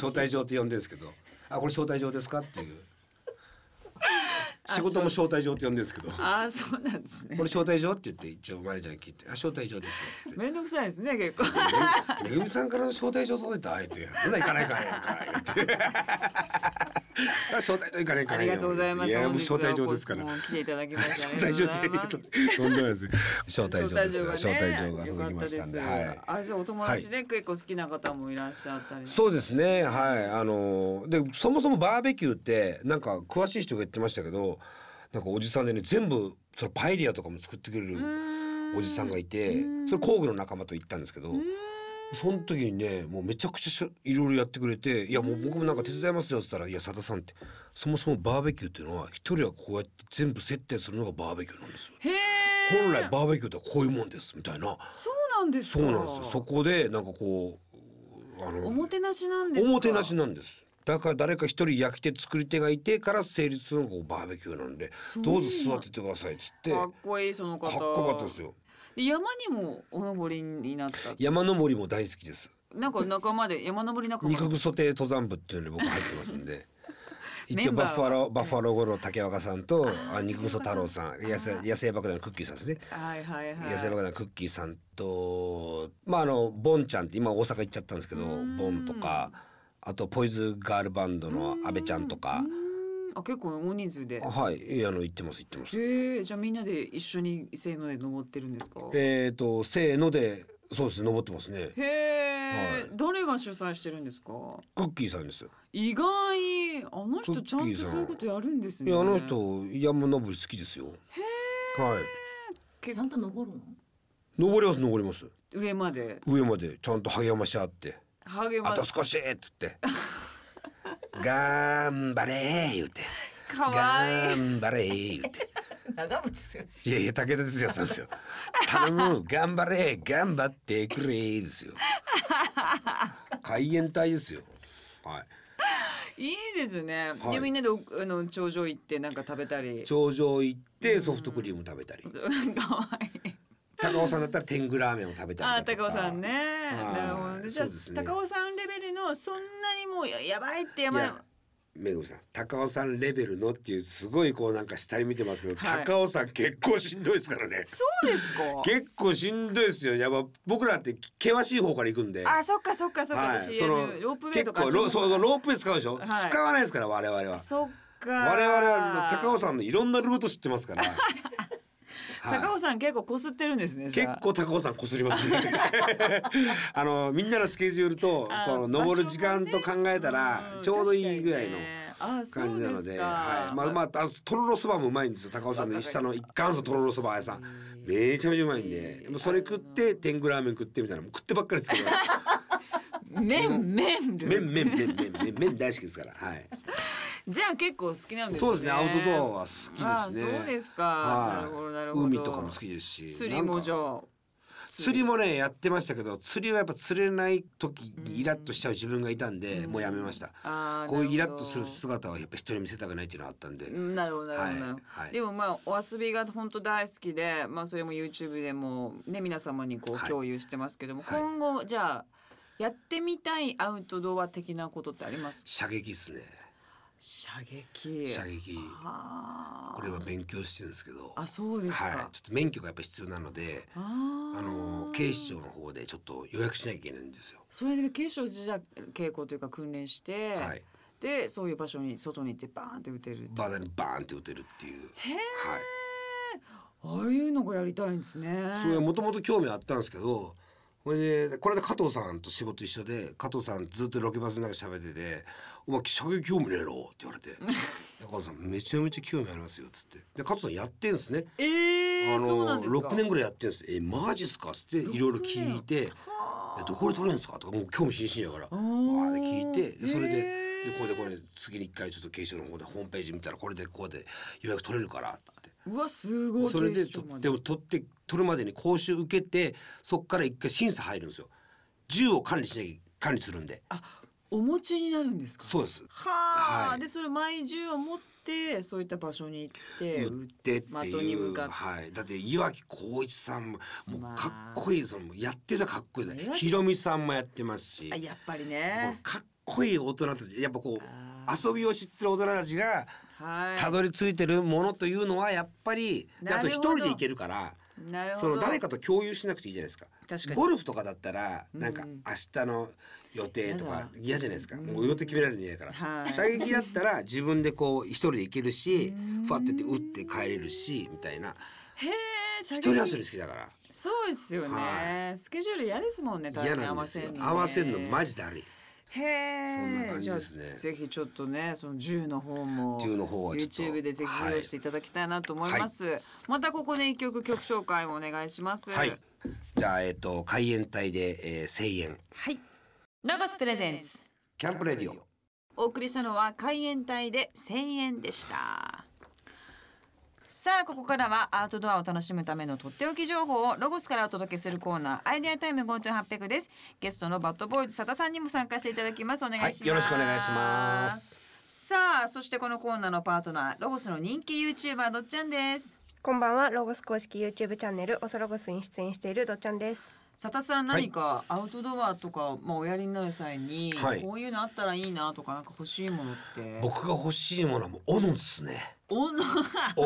[SPEAKER 2] 招待状っ
[SPEAKER 1] いちい
[SPEAKER 2] て呼んでるんですけどあこれ招待状ですかっていう
[SPEAKER 1] あ
[SPEAKER 2] 仕事も招待状って呼んでるんですけど
[SPEAKER 1] ちああそうなんですね
[SPEAKER 2] [LAUGHS] これ招待状って言って一応マネージャーに聞いて「あ招待状です」っつって
[SPEAKER 1] めんどくさいですね結
[SPEAKER 2] [LAUGHS]
[SPEAKER 1] 構
[SPEAKER 2] 「めぐみさんからの招待状届いた」あえて「そんな行かないかんやんか」言って「招待状行かないか
[SPEAKER 1] あ
[SPEAKER 2] ん
[SPEAKER 1] り
[SPEAKER 2] やん」
[SPEAKER 1] がとうございます
[SPEAKER 2] いやもう
[SPEAKER 1] 本日は
[SPEAKER 2] 招待状ですから
[SPEAKER 1] もう来ていただきました
[SPEAKER 2] [LAUGHS] 招待状
[SPEAKER 1] ありがとうございます
[SPEAKER 2] とんでもないです招待状ですよ招
[SPEAKER 1] ね
[SPEAKER 2] 待状が届きましたんで
[SPEAKER 1] よ
[SPEAKER 2] は
[SPEAKER 1] かった
[SPEAKER 2] い
[SPEAKER 1] すあじゃあお友達で結構好きな方もいらっしゃったり
[SPEAKER 2] そうですねはいあのでそもそもバーベキューってなんか詳しい人が言ってましたけどなんかおじさんでね全部そのパエリアとかも作ってくれるおじさんがいてそれ工具の仲間と行ったんですけどその時にねもうめちゃくちゃしょいろいろやってくれて「いやもう僕もなんか手伝いますよ」っつったら「いや佐田さん」ってそもそもバーベキューっていうのは一人はこうやって全部接待するのがバーベキューなんですよ。
[SPEAKER 1] へえ
[SPEAKER 2] 本来バーベキューってこういうもんですみたいな
[SPEAKER 1] そうなんです
[SPEAKER 2] そ
[SPEAKER 1] か
[SPEAKER 2] うなんですよそこでなんかこうあの
[SPEAKER 1] おもてなしなんですか
[SPEAKER 2] おもてなしなんですだから誰か一人焼き手作り手がいてから成立するのがこうバーベキューなんで
[SPEAKER 1] う
[SPEAKER 2] どうぞ座っててくださいっつって
[SPEAKER 1] か
[SPEAKER 2] かっ
[SPEAKER 1] っこいいその方
[SPEAKER 2] こよかったですよ
[SPEAKER 1] で山にもお登りになった
[SPEAKER 2] 山登りも大好きです
[SPEAKER 1] なんか仲間で山登り仲間
[SPEAKER 2] 肉ソテー登山部っていうのに僕入ってますん [LAUGHS] で
[SPEAKER 1] メ
[SPEAKER 2] 一応
[SPEAKER 1] ンバー
[SPEAKER 2] バ
[SPEAKER 1] は
[SPEAKER 2] ッファローバッファロー五郎竹若さんとあ肉ソ太郎さん野生野生爆弾のクッキーさんですね
[SPEAKER 1] はいはいはい
[SPEAKER 2] 野生爆弾クッキーさんとまああのボンちゃんって今大阪行っちゃったんですけどボンとかあとポイズガールバンドの阿部ちゃんとか
[SPEAKER 1] うんあ結構大人数で
[SPEAKER 2] はいいやあの行ってます行ってます
[SPEAKER 1] へえじゃあみんなで一緒にせーので登ってるんですかへ
[SPEAKER 2] えーとせーのでそうですね登ってますね
[SPEAKER 1] え、
[SPEAKER 2] はい
[SPEAKER 1] 誰が主催してるんですか
[SPEAKER 2] クッキーさんですよ、
[SPEAKER 1] 意外あの人
[SPEAKER 2] クッ
[SPEAKER 1] ち
[SPEAKER 2] キ
[SPEAKER 1] ゃ
[SPEAKER 2] ーさん
[SPEAKER 1] んとそういうことやるんですね
[SPEAKER 2] いやあの人山登り好きですよはい
[SPEAKER 3] ちゃんと登るの
[SPEAKER 2] 登ります登ります
[SPEAKER 1] 上まで
[SPEAKER 2] 上までちゃんと励まし合って
[SPEAKER 1] 励
[SPEAKER 2] あ
[SPEAKER 1] ま
[SPEAKER 2] と
[SPEAKER 1] す
[SPEAKER 2] 少しって
[SPEAKER 1] [LAUGHS]
[SPEAKER 2] 言って「頑張れ」言うて「
[SPEAKER 1] かわいい
[SPEAKER 2] 頑張れ」言うて
[SPEAKER 3] 長渕剛
[SPEAKER 2] いやいや武田鉄矢さんですよ頼む頑張れ頑張ってくれですよ海援隊ですよはい
[SPEAKER 1] いいですね、
[SPEAKER 2] は
[SPEAKER 1] で
[SPEAKER 2] い
[SPEAKER 1] みんなでおあの頂上行ってなんか食べたり
[SPEAKER 2] 頂上行ってソフトクリーム食べたり
[SPEAKER 1] [LAUGHS] かわいい
[SPEAKER 2] 高尾さんだったら天狗ラーメンを食べた
[SPEAKER 1] あ
[SPEAKER 2] りだとか
[SPEAKER 1] 高尾さんね
[SPEAKER 2] はい
[SPEAKER 1] なるほどねじゃあ、
[SPEAKER 2] そうですね
[SPEAKER 1] 高尾さんレベルのそんなにもうややばいってや
[SPEAKER 2] い
[SPEAKER 1] ばい
[SPEAKER 2] やめぐみさん高尾さんレベルのっていうすごいこうなんか下に見てますけど、
[SPEAKER 1] はい
[SPEAKER 2] 高尾さん結構しんどいですからね
[SPEAKER 1] そうですか
[SPEAKER 2] 結構しんどいですよやっぱ僕らって険しい方から行くんで
[SPEAKER 1] あそっかそっかそっか、
[SPEAKER 2] はい、
[SPEAKER 1] 私
[SPEAKER 2] その
[SPEAKER 1] ロープウェイとか
[SPEAKER 2] 結構ロそうそうロープウェイ使うでしょ、
[SPEAKER 1] はい
[SPEAKER 2] 使わないですから我々は
[SPEAKER 1] そっか
[SPEAKER 2] 我々はあの高尾さんのいろんなルート知ってま
[SPEAKER 1] [LAUGHS]
[SPEAKER 2] すから、はい
[SPEAKER 1] 高尾さん結構こすってるんですねじ
[SPEAKER 2] 結
[SPEAKER 1] ゃあ
[SPEAKER 2] 構高尾さんこすりま
[SPEAKER 1] [LAUGHS]
[SPEAKER 2] すねあのみんなのスケジュールと
[SPEAKER 1] あ
[SPEAKER 2] この登る時間と考えたら
[SPEAKER 1] うん
[SPEAKER 2] ちょうどいいぐらいの
[SPEAKER 1] 確かにねあ
[SPEAKER 2] 感じなの
[SPEAKER 1] そう
[SPEAKER 2] で、
[SPEAKER 1] すか
[SPEAKER 2] はい、まあまああとろろそばもうまいんですよ高尾さんの下の一貫そとろろそば屋さんめちゃめちゃうまいんでもうそれ食って天狗ラーメン食ってみたいなもう食ってばっかりですけど
[SPEAKER 1] [LAUGHS] 麺麺類
[SPEAKER 2] 麺麺麺麺麺麺大好きですからはい
[SPEAKER 1] じゃあ結構好きなんですね
[SPEAKER 2] そうですねアウトドアは好きですね
[SPEAKER 1] あそうですかな
[SPEAKER 2] はい
[SPEAKER 1] るほどなるほど
[SPEAKER 2] 海とかも好きですし
[SPEAKER 1] 釣りもじゃ
[SPEAKER 2] なんか
[SPEAKER 1] あ
[SPEAKER 2] 釣りもねやってましたけど釣りはやっぱ釣れない時にイラッとしちゃう自分がいたんでもうやめました
[SPEAKER 1] あー
[SPEAKER 2] こういうイ
[SPEAKER 1] な
[SPEAKER 2] ラ
[SPEAKER 1] る
[SPEAKER 2] ッ
[SPEAKER 1] ほど
[SPEAKER 2] とする姿はやっぱ人に見せたくないっていうのがあったんで
[SPEAKER 1] うんなるほどなるほどなるほど、
[SPEAKER 2] はいはい
[SPEAKER 1] でもまあお遊びが本当大好きで、まあ、それも YouTube でも、ね、皆様にこ
[SPEAKER 2] は
[SPEAKER 1] う
[SPEAKER 2] い
[SPEAKER 1] 共有してますけども、
[SPEAKER 2] はい
[SPEAKER 1] 今後じゃあやってみたいアウトドア的なことってありますか
[SPEAKER 2] 射撃ですね
[SPEAKER 1] 射撃
[SPEAKER 2] 射撃
[SPEAKER 1] は
[SPEAKER 2] これは勉強してるんですけど
[SPEAKER 1] あそうですか、
[SPEAKER 2] はいちょっと免許がやっぱ必要なので
[SPEAKER 1] あ
[SPEAKER 2] あの
[SPEAKER 1] ー
[SPEAKER 2] 警視庁の方でちょっと予約しなきゃいけないんですよ
[SPEAKER 1] それで警視庁でじゃあ傾向というか訓練して、
[SPEAKER 2] はい
[SPEAKER 1] でそういう場所に外に行ってバーンって撃てると
[SPEAKER 2] バーダーにバーンって撃てるっていう
[SPEAKER 1] へえ
[SPEAKER 2] はい
[SPEAKER 1] ああいうのがやりたいんですね
[SPEAKER 2] それもともと興味あったんですけどこれでこれで加藤さんと仕事一緒で加藤さんずっとロケバスの中で喋ってて「お前射撃興味ねえろ」って言われ
[SPEAKER 1] [LAUGHS]
[SPEAKER 2] て「加藤さんめちゃめちゃ興味ありますよ」っつってで加藤さんやってんですね。
[SPEAKER 1] えー、
[SPEAKER 2] あ
[SPEAKER 1] そうなんですか
[SPEAKER 2] 6年ぐらいやってんですえマジっすか?」っつっていろいろ聞いて「どこで取れるんですか?」とかもう興味津々やからわ
[SPEAKER 1] ー
[SPEAKER 2] ーって聞いてでそれで
[SPEAKER 1] へー
[SPEAKER 2] でこれでこれ次に一回ちょっと警視庁の方でホームページ見たらこれでこうで予約取れるからって
[SPEAKER 1] うわすごい
[SPEAKER 2] それ
[SPEAKER 1] 警
[SPEAKER 2] で
[SPEAKER 1] 視
[SPEAKER 2] と
[SPEAKER 1] 庁ま
[SPEAKER 2] でも取って取るまでに講習受けてそこから一回審査入るんですよ銃を管理しなきゃ管理するんで
[SPEAKER 1] あお持ちになるんですか
[SPEAKER 2] そうです
[SPEAKER 1] はあ、
[SPEAKER 2] はい
[SPEAKER 1] でそれ毎銃を持ってそういった場所に行って
[SPEAKER 2] 売ってって
[SPEAKER 1] 的
[SPEAKER 2] い
[SPEAKER 1] に向
[SPEAKER 2] う、
[SPEAKER 1] かって
[SPEAKER 2] はい、だって岩城浩一さんももう
[SPEAKER 1] まあ
[SPEAKER 2] かっこいいそのもうやってたらかっこいいです
[SPEAKER 1] 岩城
[SPEAKER 2] ひろみさんもやってますし
[SPEAKER 1] あやっぱり
[SPEAKER 2] もう
[SPEAKER 1] ね
[SPEAKER 2] かっこいい大人たちやっぱこ
[SPEAKER 1] あ
[SPEAKER 2] う遊びを知ってる大人たちが
[SPEAKER 1] はい
[SPEAKER 2] たどり着いてるものというのはやっぱりであ
[SPEAKER 1] な
[SPEAKER 2] と
[SPEAKER 1] る
[SPEAKER 2] 一
[SPEAKER 1] ほど
[SPEAKER 2] 人で行けるから。
[SPEAKER 1] なるほ
[SPEAKER 2] そ
[SPEAKER 1] ど
[SPEAKER 2] の誰かと共有しなくていいじゃないですか
[SPEAKER 1] 確かに
[SPEAKER 2] ゴルフとかだったらなんか
[SPEAKER 1] うん
[SPEAKER 2] 明日の予定と
[SPEAKER 1] や
[SPEAKER 2] か
[SPEAKER 1] だ
[SPEAKER 2] 嫌じゃないですか、
[SPEAKER 1] うん
[SPEAKER 2] もう予定決められるんじゃないから、
[SPEAKER 1] はい
[SPEAKER 2] 射撃だったら自分でこう一人で行けるし
[SPEAKER 1] うん
[SPEAKER 2] ふわってって打って帰れるしみたいな
[SPEAKER 1] へえ射
[SPEAKER 2] 一
[SPEAKER 1] 撃
[SPEAKER 2] 人遊び好きだから
[SPEAKER 1] そうですよね、
[SPEAKER 2] は
[SPEAKER 1] スケジュール嫌ですもんね
[SPEAKER 2] 嫌なんですよ合わせるのマジだるい
[SPEAKER 1] へえ
[SPEAKER 2] そんな感じですね
[SPEAKER 1] ゃあぜひちょっとねその銃の方も
[SPEAKER 2] 銃の方はちょっと
[SPEAKER 1] YouTube でぜひ
[SPEAKER 2] はい
[SPEAKER 1] 用意していただきたいなと思います、またここで一曲曲紹介をお願いします
[SPEAKER 2] はいじゃあえっ、と海援隊で、えー、1000円
[SPEAKER 1] はいラバスプレゼンツ
[SPEAKER 2] キャンプレディオ
[SPEAKER 1] お送りしたのは海援隊で1000円でしたさあここからはアウトドアを楽しむためのとっておき情報をロゴスからお届けするコーナーアイデアタイム GoTo800 ですゲストのバッドボーイズ佐田さんにも参加していただきますお願いし
[SPEAKER 2] は
[SPEAKER 1] ま
[SPEAKER 2] い
[SPEAKER 1] す、
[SPEAKER 2] よろしくお願いします
[SPEAKER 1] さあそしてこのコーナーのパートナーロゴスの人気 YouTuber どっちゃんです
[SPEAKER 4] こんばんはロゴス公式 YouTube チャンネルおそロゴスに出演しているどっちゃんです
[SPEAKER 1] 佐田さん何かアウトドアとか、まあ、おやりになる際に、
[SPEAKER 2] はい
[SPEAKER 1] こういうのあったらいいなとかなんか欲しいものって
[SPEAKER 2] 僕が欲しいものはもう斧ですね
[SPEAKER 1] 斧 [LAUGHS]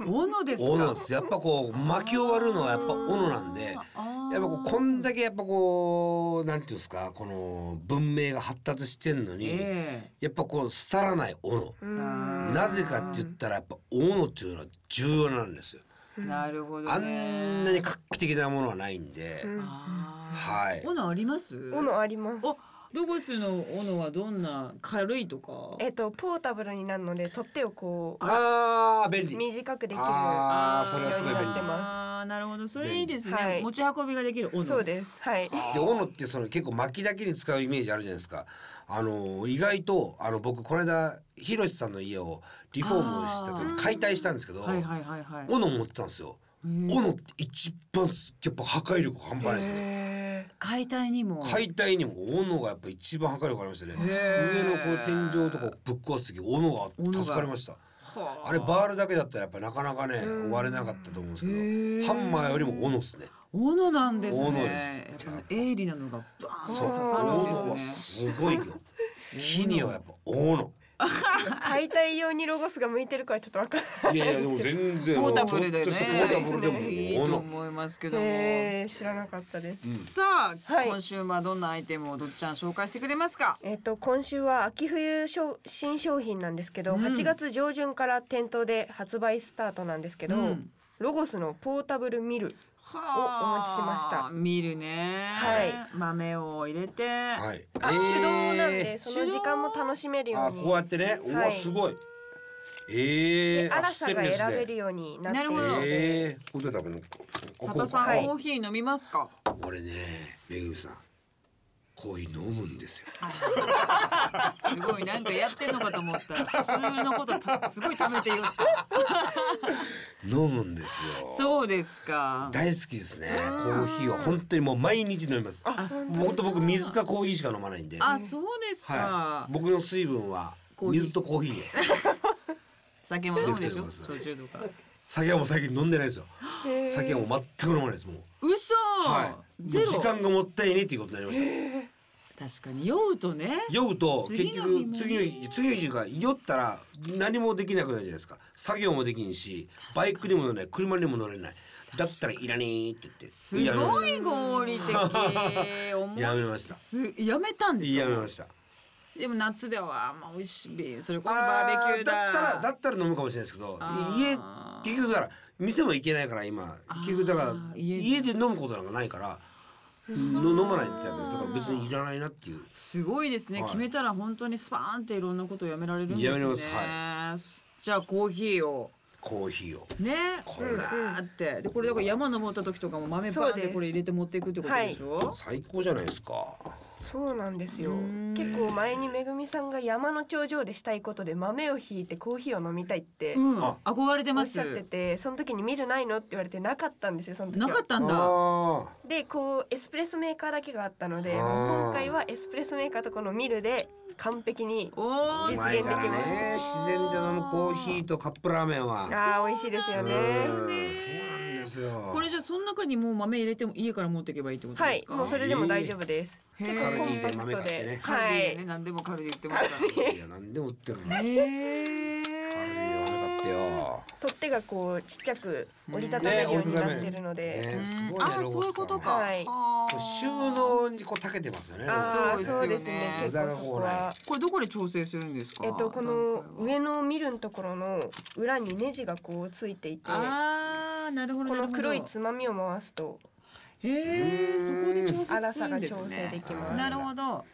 [SPEAKER 2] 斧
[SPEAKER 1] 斧ですか
[SPEAKER 2] 斧なんですやっぱこう巻き終わるのはやっぱ斧なんで
[SPEAKER 1] あー
[SPEAKER 2] やっぱこうこんだけやっぱこうなんていうんですかこの文明が発達してんのに、
[SPEAKER 1] え
[SPEAKER 2] やっぱこう廃らない斧
[SPEAKER 4] う
[SPEAKER 1] え
[SPEAKER 4] ん
[SPEAKER 2] なぜかって言ったらやっぱ斧っていうのは重要なんですよ
[SPEAKER 1] なるほどね
[SPEAKER 2] あんなに画期的なものはないんで、
[SPEAKER 4] うん
[SPEAKER 1] あー
[SPEAKER 2] はい
[SPEAKER 1] 斧あります
[SPEAKER 4] 斧あります
[SPEAKER 1] おロゴスの斧はどんな軽いとか
[SPEAKER 4] えっとポータブルになるので取っ手をこう
[SPEAKER 2] ああ便利
[SPEAKER 4] 短くできる
[SPEAKER 2] あーそれはすごい便利
[SPEAKER 1] あーなるほどそれいいですね、
[SPEAKER 4] はい
[SPEAKER 1] 持ち運びができる斧
[SPEAKER 4] そうですはい
[SPEAKER 2] で斧ってその結構巻きだけに使うイメージあるじゃないですかあの意外とあの僕この間ひろしさんの家をリフォームし
[SPEAKER 1] あ
[SPEAKER 2] た時
[SPEAKER 1] ー
[SPEAKER 2] 解体したんですけど、
[SPEAKER 1] はいはいはいはい
[SPEAKER 2] 斧持ってたんですよ、
[SPEAKER 1] うん
[SPEAKER 2] 斧って一番やっぱ破壊力半端ないですね、
[SPEAKER 4] へ
[SPEAKER 1] 解体にも
[SPEAKER 2] 解体にも斧がやっぱ一番破壊力ありましたね
[SPEAKER 1] へ
[SPEAKER 2] 上
[SPEAKER 1] ー
[SPEAKER 2] のこう天井とかをぶっ壊す時斧
[SPEAKER 1] 斧
[SPEAKER 2] が
[SPEAKER 1] が
[SPEAKER 2] 助かりました
[SPEAKER 1] はあ
[SPEAKER 2] あれバールだけだったらやっぱなかなかね
[SPEAKER 4] うん
[SPEAKER 2] 割れなかったと思うんです
[SPEAKER 1] へ
[SPEAKER 2] け
[SPEAKER 1] ー
[SPEAKER 2] どハンマーよりも斧ですね
[SPEAKER 1] 斧なんですね
[SPEAKER 2] 斧です
[SPEAKER 1] やっぱね鋭利なのがバーン
[SPEAKER 2] そう
[SPEAKER 1] と刺さ
[SPEAKER 4] う
[SPEAKER 1] る
[SPEAKER 2] 斧
[SPEAKER 1] ん
[SPEAKER 2] は
[SPEAKER 1] ですね
[SPEAKER 2] すごいよ木にはやっぱ斧
[SPEAKER 4] ー [LAUGHS] 解体用にロゴスが向いてるかはちょっとわかんない
[SPEAKER 2] いやいやでも全然
[SPEAKER 1] ポータブルでね
[SPEAKER 2] ちょっとしたポータブルでも
[SPEAKER 1] いいと
[SPEAKER 2] 斧
[SPEAKER 1] 思いますけども
[SPEAKER 4] へえ知らなかったです
[SPEAKER 1] さあ、
[SPEAKER 4] はい
[SPEAKER 1] 今週はどんなアイテムをどっちゃん紹介してくれますか。
[SPEAKER 4] えっと今週は秋冬商新商品なんですけど、
[SPEAKER 1] うん
[SPEAKER 4] 8月上旬から店頭で発売スタートなんですけど、
[SPEAKER 1] うん
[SPEAKER 4] ロゴスのポータブルミル
[SPEAKER 1] は
[SPEAKER 4] お持ちしました
[SPEAKER 1] 見るね。
[SPEAKER 4] はい
[SPEAKER 1] 豆を入れて。
[SPEAKER 2] はいえ
[SPEAKER 4] あ、手動なんで
[SPEAKER 2] ー
[SPEAKER 4] その時間も楽しめるよ
[SPEAKER 2] あ
[SPEAKER 4] うに
[SPEAKER 2] こうやってねう
[SPEAKER 4] は
[SPEAKER 2] わ
[SPEAKER 4] い
[SPEAKER 2] すごいええ
[SPEAKER 4] 粗さが選べる
[SPEAKER 2] よ
[SPEAKER 4] ようになっている
[SPEAKER 1] なるほ
[SPEAKER 4] の
[SPEAKER 1] ど
[SPEAKER 4] で、
[SPEAKER 2] ええこれだから
[SPEAKER 1] 佐田さん、
[SPEAKER 4] はい
[SPEAKER 1] コーヒー飲みます
[SPEAKER 2] [LAUGHS]
[SPEAKER 1] か。
[SPEAKER 2] 俺ねめぐみさんコーヒー飲むんですよ
[SPEAKER 1] すごいなんかやってんのかと思ったら普通のことたすごい貯めて言った。
[SPEAKER 2] 飲むんですよ
[SPEAKER 1] そうですか。
[SPEAKER 2] 大好きですねコーヒーは本当にもう毎日飲みます本当僕水かコーヒーしか飲まないんで
[SPEAKER 1] あ、そうですか
[SPEAKER 2] は。い、僕の水分は
[SPEAKER 1] コーヒー
[SPEAKER 2] 水とコーヒーで
[SPEAKER 1] 酒も飲むでしょ。
[SPEAKER 2] できてます
[SPEAKER 1] 焼酎とか。
[SPEAKER 2] 酒はもう最近飲んでないですよ
[SPEAKER 4] へー
[SPEAKER 2] 酒はもう全く飲まないですもう
[SPEAKER 1] 嘘。
[SPEAKER 2] はい
[SPEAKER 1] ゼロ。
[SPEAKER 2] 時間がもったいねっていうことになりました、
[SPEAKER 1] 確かに酔うとね。
[SPEAKER 2] 酔うと
[SPEAKER 1] 次
[SPEAKER 2] 結
[SPEAKER 1] の日
[SPEAKER 2] 局
[SPEAKER 1] も
[SPEAKER 2] 次の日次の日が酔ったら何もできなくなるじゃないですか作業もできんしバイクにも乗れない車にも乗れないだったらいらねえって言って
[SPEAKER 1] すごい合理的。思い
[SPEAKER 2] やめました
[SPEAKER 1] すやめたんですか。
[SPEAKER 2] やめました
[SPEAKER 1] でも夏ではまあ美味しいビールそれこそ
[SPEAKER 2] あ
[SPEAKER 1] バーベキューだ
[SPEAKER 2] だったらだったら飲むかもしれないですけど家
[SPEAKER 1] あー
[SPEAKER 2] 結局だから店も行けないから今結局だから
[SPEAKER 1] 家
[SPEAKER 2] 家
[SPEAKER 1] で
[SPEAKER 2] で飲むことなんかないからの飲まないってだけですだから別にいらないなっていう
[SPEAKER 1] すごいですね、
[SPEAKER 2] はい
[SPEAKER 1] 決めたら本当にスパーンっていろんなことをやめられるんですよね
[SPEAKER 2] やめれます
[SPEAKER 1] じゃあコーヒーを
[SPEAKER 2] コーヒーを
[SPEAKER 1] ね
[SPEAKER 2] こ
[SPEAKER 1] う
[SPEAKER 2] れ
[SPEAKER 1] わーってでこれだから山登った時とかも豆バーンってこれ入れて持っていくってことでしょ
[SPEAKER 2] 最高じゃないですか
[SPEAKER 4] そうなんですよ
[SPEAKER 1] うん
[SPEAKER 4] 結構前にめぐみさんが山の頂上でしたいことで豆をひいてコーヒーを飲みたいって
[SPEAKER 1] うん、
[SPEAKER 2] あ
[SPEAKER 1] 憧れて
[SPEAKER 4] お
[SPEAKER 1] ま
[SPEAKER 4] っし
[SPEAKER 1] す
[SPEAKER 4] ゃっててその時にミルないのって言われてなかったんですよその時は
[SPEAKER 1] なかったんだ
[SPEAKER 2] あ
[SPEAKER 4] でこうエスプレッソメーカーだけがあったので
[SPEAKER 2] あー
[SPEAKER 4] もう今回はエスプレッソメーカーとこのミルで完璧に
[SPEAKER 1] お
[SPEAKER 2] あ
[SPEAKER 1] ー
[SPEAKER 2] う
[SPEAKER 4] 実
[SPEAKER 2] ま
[SPEAKER 4] 現で
[SPEAKER 2] い
[SPEAKER 4] き
[SPEAKER 2] から
[SPEAKER 4] ま
[SPEAKER 2] ね自然で飲むコーヒーとカップラーメンは
[SPEAKER 4] あー美味しいです
[SPEAKER 2] う
[SPEAKER 4] よ
[SPEAKER 2] ん
[SPEAKER 4] ね
[SPEAKER 2] そうなんですよ
[SPEAKER 1] これじゃあその中にもう豆入れても家から持っていけばいいってこと
[SPEAKER 4] は
[SPEAKER 1] で
[SPEAKER 4] い
[SPEAKER 1] すか、
[SPEAKER 4] もうそれでも大丈夫です
[SPEAKER 1] へー
[SPEAKER 4] 結構コンパクト
[SPEAKER 2] カルディで豆買って
[SPEAKER 4] で
[SPEAKER 2] ね
[SPEAKER 1] カルディでね、
[SPEAKER 4] はい
[SPEAKER 1] 何でもカルディ売ってますか
[SPEAKER 2] いや何でも売ってるね
[SPEAKER 1] ら
[SPEAKER 2] 悪いよ
[SPEAKER 1] へー
[SPEAKER 2] 悪かったよ
[SPEAKER 4] 取っ手がこうちっちゃく折りたためるようになってるので、
[SPEAKER 2] ねすごいね
[SPEAKER 1] ああそういうことか、
[SPEAKER 4] はい
[SPEAKER 1] はー
[SPEAKER 2] 収納にこう長けてますよね
[SPEAKER 4] あ
[SPEAKER 1] そう
[SPEAKER 4] あ
[SPEAKER 1] ですよね
[SPEAKER 4] そうですね結構そこは。
[SPEAKER 1] これどこで調整するんですか
[SPEAKER 4] えっとこの上のミルのところの裏にネジがこうついていてこ
[SPEAKER 1] ああなるほどなる
[SPEAKER 4] の
[SPEAKER 1] ほど
[SPEAKER 4] 黒いつまみを回すと
[SPEAKER 1] へえそこで調節
[SPEAKER 4] 粗
[SPEAKER 1] する
[SPEAKER 4] さ
[SPEAKER 1] ん
[SPEAKER 4] が
[SPEAKER 1] です
[SPEAKER 4] 調整で
[SPEAKER 1] ね
[SPEAKER 4] きます。
[SPEAKER 1] なるほど、
[SPEAKER 4] は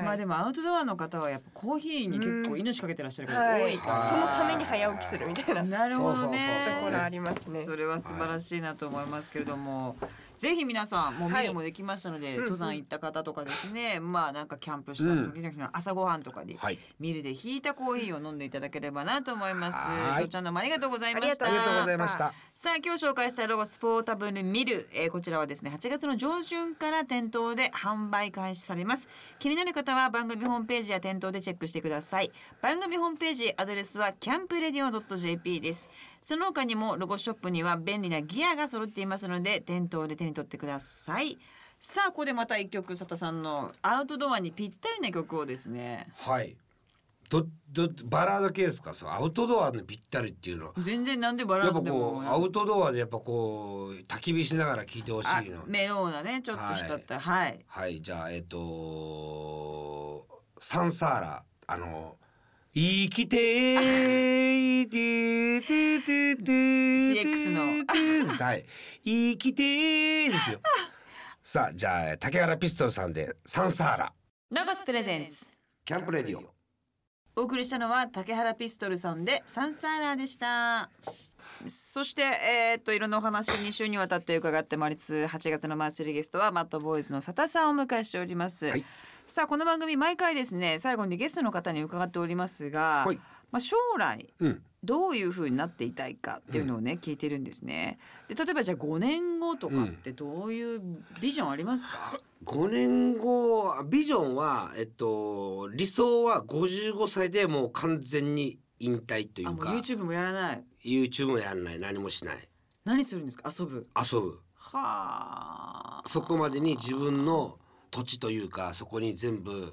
[SPEAKER 4] い、
[SPEAKER 1] まあでもアウトドアの方はやっぱコーヒーに結構命かけてらっしゃる方
[SPEAKER 4] は
[SPEAKER 1] 多
[SPEAKER 4] い
[SPEAKER 1] い
[SPEAKER 4] そ
[SPEAKER 1] か
[SPEAKER 2] あー
[SPEAKER 4] のために早起きするみたい
[SPEAKER 1] ら、
[SPEAKER 4] なと
[SPEAKER 1] なるほどね
[SPEAKER 2] そうそうそうそう
[SPEAKER 4] ころありますね。
[SPEAKER 1] それは素晴らしいなと思いますけれども、ぜひ皆さんもう見
[SPEAKER 4] はい
[SPEAKER 1] るもできましたので、
[SPEAKER 4] んうん
[SPEAKER 1] 登山行った方とかですね、まあなんかキャンプした次の日の朝ごはんとかに、
[SPEAKER 2] はい
[SPEAKER 1] ミルでひいたコーヒーを飲んでいただければなと思います
[SPEAKER 2] は。い
[SPEAKER 1] とっちゃんどうもありがとうございました。
[SPEAKER 4] あ
[SPEAKER 2] あ
[SPEAKER 4] り
[SPEAKER 2] り
[SPEAKER 4] が
[SPEAKER 2] がと
[SPEAKER 4] と
[SPEAKER 2] う
[SPEAKER 4] う
[SPEAKER 2] ご
[SPEAKER 4] ござ
[SPEAKER 2] ざ
[SPEAKER 4] い
[SPEAKER 2] い
[SPEAKER 4] ま
[SPEAKER 2] ま
[SPEAKER 4] し
[SPEAKER 2] したた
[SPEAKER 1] さあ今日紹介したロゴスポータブルミル、えーこちらはですね8月の上旬から店頭で販売開始されます気になる方は番組ホームページや店頭でチェックしてください番組ホームページアドレスはキャンプレディオ .jp ですその他にもロゴショップには便利なギアが揃っていますので店頭で手に取ってくださいさあここでまた一曲佐田さんのアウトドアにぴったりな曲をですね
[SPEAKER 2] はいどどバラード系ですかそうアウトドアにぴったりっていうの
[SPEAKER 1] 全然なんでバラ
[SPEAKER 2] や
[SPEAKER 1] ー
[SPEAKER 2] っ
[SPEAKER 1] ド
[SPEAKER 2] ぱ
[SPEAKER 1] で
[SPEAKER 2] こ
[SPEAKER 1] も
[SPEAKER 2] うアウトドアでやっぱこう焚き火しながら聴いてほし
[SPEAKER 1] あ
[SPEAKER 2] いの
[SPEAKER 1] メローなねちょっと浸ったはい
[SPEAKER 2] はいじゃあえっ、とサンサーラあの生きてーてーてーてーてーて
[SPEAKER 1] CX の
[SPEAKER 2] ーのはい生きてーですよさあじゃあ竹原ピストルさんでサンサーラ
[SPEAKER 1] ロゴスプレゼンツ
[SPEAKER 2] キャンプレディオ
[SPEAKER 1] お送りしたのは竹原ピストルさんでサンサーラーでしたそしてえーっといろんなお話2週にわたって伺ってまいりつつ8月のマンスリーゲストはマットボーイズの佐田さんをお迎えしております、
[SPEAKER 2] はい
[SPEAKER 1] さあこの番組毎回ですね最後にゲストの方に伺っておりますが、
[SPEAKER 2] はい
[SPEAKER 1] まあ将来
[SPEAKER 2] うん
[SPEAKER 1] どういう風になっていたいかっていうのをね、聞いてるんですねで例えばじゃあ5年後とかってどういうビジョンありますか、
[SPEAKER 2] 5年後ビジョンはえっと理想は55歳でもう完全に引退とい
[SPEAKER 1] あ
[SPEAKER 2] う
[SPEAKER 1] もう
[SPEAKER 2] か
[SPEAKER 1] YouTube もやらない
[SPEAKER 2] YouTube もやらない何もしない
[SPEAKER 1] 何するんですか遊ぶ
[SPEAKER 2] 遊ぶ
[SPEAKER 1] はあ
[SPEAKER 2] そこまでに自分の土地というかそこに全部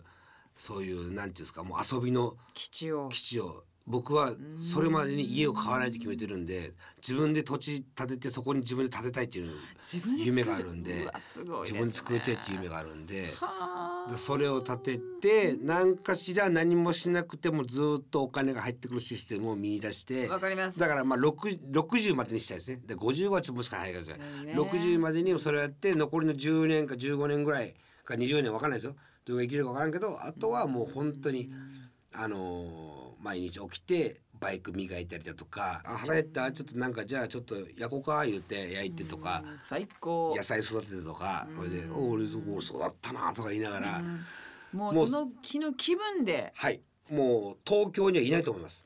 [SPEAKER 2] そういうなんていうんですかもう遊びの
[SPEAKER 1] 基地を
[SPEAKER 2] 基地を僕はそれまでに家を買わないと決めてるんで自分で土地建ててそこに自分で建てたいっていう
[SPEAKER 1] 自分で作
[SPEAKER 2] 夢があるんで
[SPEAKER 1] うわすごい
[SPEAKER 2] 自
[SPEAKER 1] ですね
[SPEAKER 2] 分で作りたいっていう夢があるんで
[SPEAKER 1] はあ
[SPEAKER 2] でそれを建てて何かしら何もしなくてもずっとお金が入ってくるシステムを見出して
[SPEAKER 1] わかります
[SPEAKER 2] だからまあ6 60までにしたいですねで50はちょっともしか早いかもしれない、
[SPEAKER 1] ね
[SPEAKER 2] 60までにそれをやって残りの10年か15年ぐらいか20年わかんないですよどれが生きるかわからんけどあとはもう本当に、あのー毎日起きてバイク磨いたりだとか「あ腹減ったちょっとなんかじゃあちょっと焼こうか」言うて焼いてとか。
[SPEAKER 1] 最高
[SPEAKER 2] 野菜育ててとか、それで「お俺そこ育ったな」とか言いながら、
[SPEAKER 1] もう
[SPEAKER 2] も
[SPEAKER 1] そうの日の気分で
[SPEAKER 2] はい。もう東京にはいないと思います。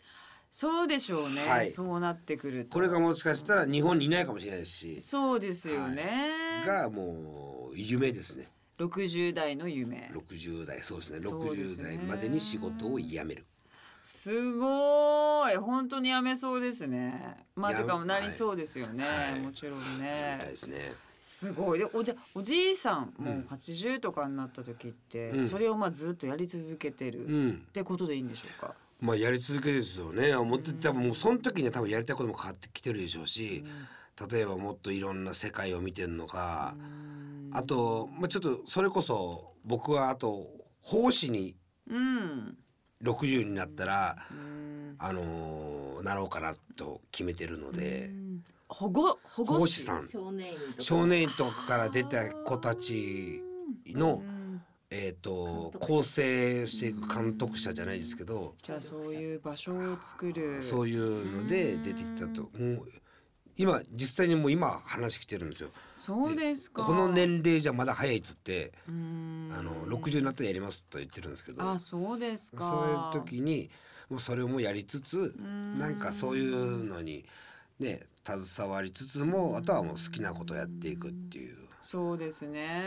[SPEAKER 1] そうでしょうね、
[SPEAKER 2] はい
[SPEAKER 1] そうなってくると
[SPEAKER 2] これがもしかしたら日本にいないかもしれないですし、
[SPEAKER 1] そうですよね、
[SPEAKER 2] がもう夢ですね。
[SPEAKER 1] 60代の夢
[SPEAKER 2] 60代そうですね。
[SPEAKER 1] そうです
[SPEAKER 2] 60
[SPEAKER 1] ね
[SPEAKER 2] 代までに仕事を辞める。
[SPEAKER 1] すごーい本当にやめそうですねまあ
[SPEAKER 2] や
[SPEAKER 1] て
[SPEAKER 2] め
[SPEAKER 1] かもなりそうですよね、
[SPEAKER 2] はい
[SPEAKER 1] もちろん
[SPEAKER 2] み
[SPEAKER 1] ね
[SPEAKER 2] たいですね。
[SPEAKER 1] すごいでおじゃおじいさんもう80とかになった時って、
[SPEAKER 2] うん
[SPEAKER 1] それをまあずっとやり続けてる、
[SPEAKER 2] うん
[SPEAKER 1] っ。てことでいいんでしょうか
[SPEAKER 2] まあやり続けですよね。思って多分もうその時には多分やりたいことも変わってきてるでしょうし、例えばもっといろんな世界を見てるのか、あとまあちょっとそれこそ僕はあと奉仕に
[SPEAKER 1] うん
[SPEAKER 2] 60になったら。
[SPEAKER 1] うん
[SPEAKER 2] あのーなろうかなと決めてるので
[SPEAKER 1] 保護保護司
[SPEAKER 2] 保護士さん
[SPEAKER 3] 少年院とか
[SPEAKER 2] 少年院とかから出た子たちの、えー、と構成していく監督者じゃないですけど
[SPEAKER 1] じゃあそういう場所を作る
[SPEAKER 2] そういうので出てきたともう今実際にもう今話来てるんですよ
[SPEAKER 1] そうですか。
[SPEAKER 2] この年齢じゃまだ早いっつって
[SPEAKER 1] うーん。
[SPEAKER 2] あの60になったらやりますと言ってるんですけど
[SPEAKER 1] あ、そうですか。
[SPEAKER 2] そういう時にもうそれをもうやりつつ
[SPEAKER 1] ん
[SPEAKER 2] なんかそういうのにね携わりつつもあとはもう好きなことをやっていくっていう。
[SPEAKER 1] そうですね。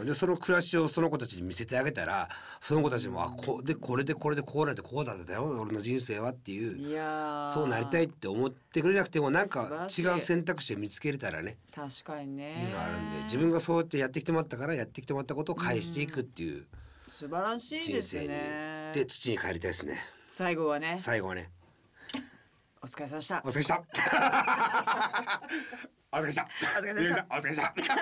[SPEAKER 2] うん、でその暮らしをその子たちに見せてあげたらその子たちもあこうでこれでこれでこうなってこうだったよ俺の人生はっていう
[SPEAKER 1] いやー。
[SPEAKER 2] そうなりたいって思ってくれなくてもなん
[SPEAKER 1] 素晴
[SPEAKER 2] から
[SPEAKER 1] し
[SPEAKER 2] 違
[SPEAKER 1] いう
[SPEAKER 2] 選択肢を見つけれたらね
[SPEAKER 1] 確かに
[SPEAKER 2] い
[SPEAKER 1] ね。
[SPEAKER 2] うのあるんで自分がそうやってやってきてもらったからやってきてもらったことを返していくっていう
[SPEAKER 1] 素晴らしいで
[SPEAKER 2] 人
[SPEAKER 1] す
[SPEAKER 2] 生に
[SPEAKER 1] ね。
[SPEAKER 2] で土に帰りたいですね
[SPEAKER 1] 最後はね、
[SPEAKER 2] 最後はね
[SPEAKER 1] お疲れ様でした
[SPEAKER 2] お。疲
[SPEAKER 1] [LAUGHS]
[SPEAKER 2] れ様でしたお疲れ様でした
[SPEAKER 1] お疲れ様でした
[SPEAKER 2] お疲れ様でした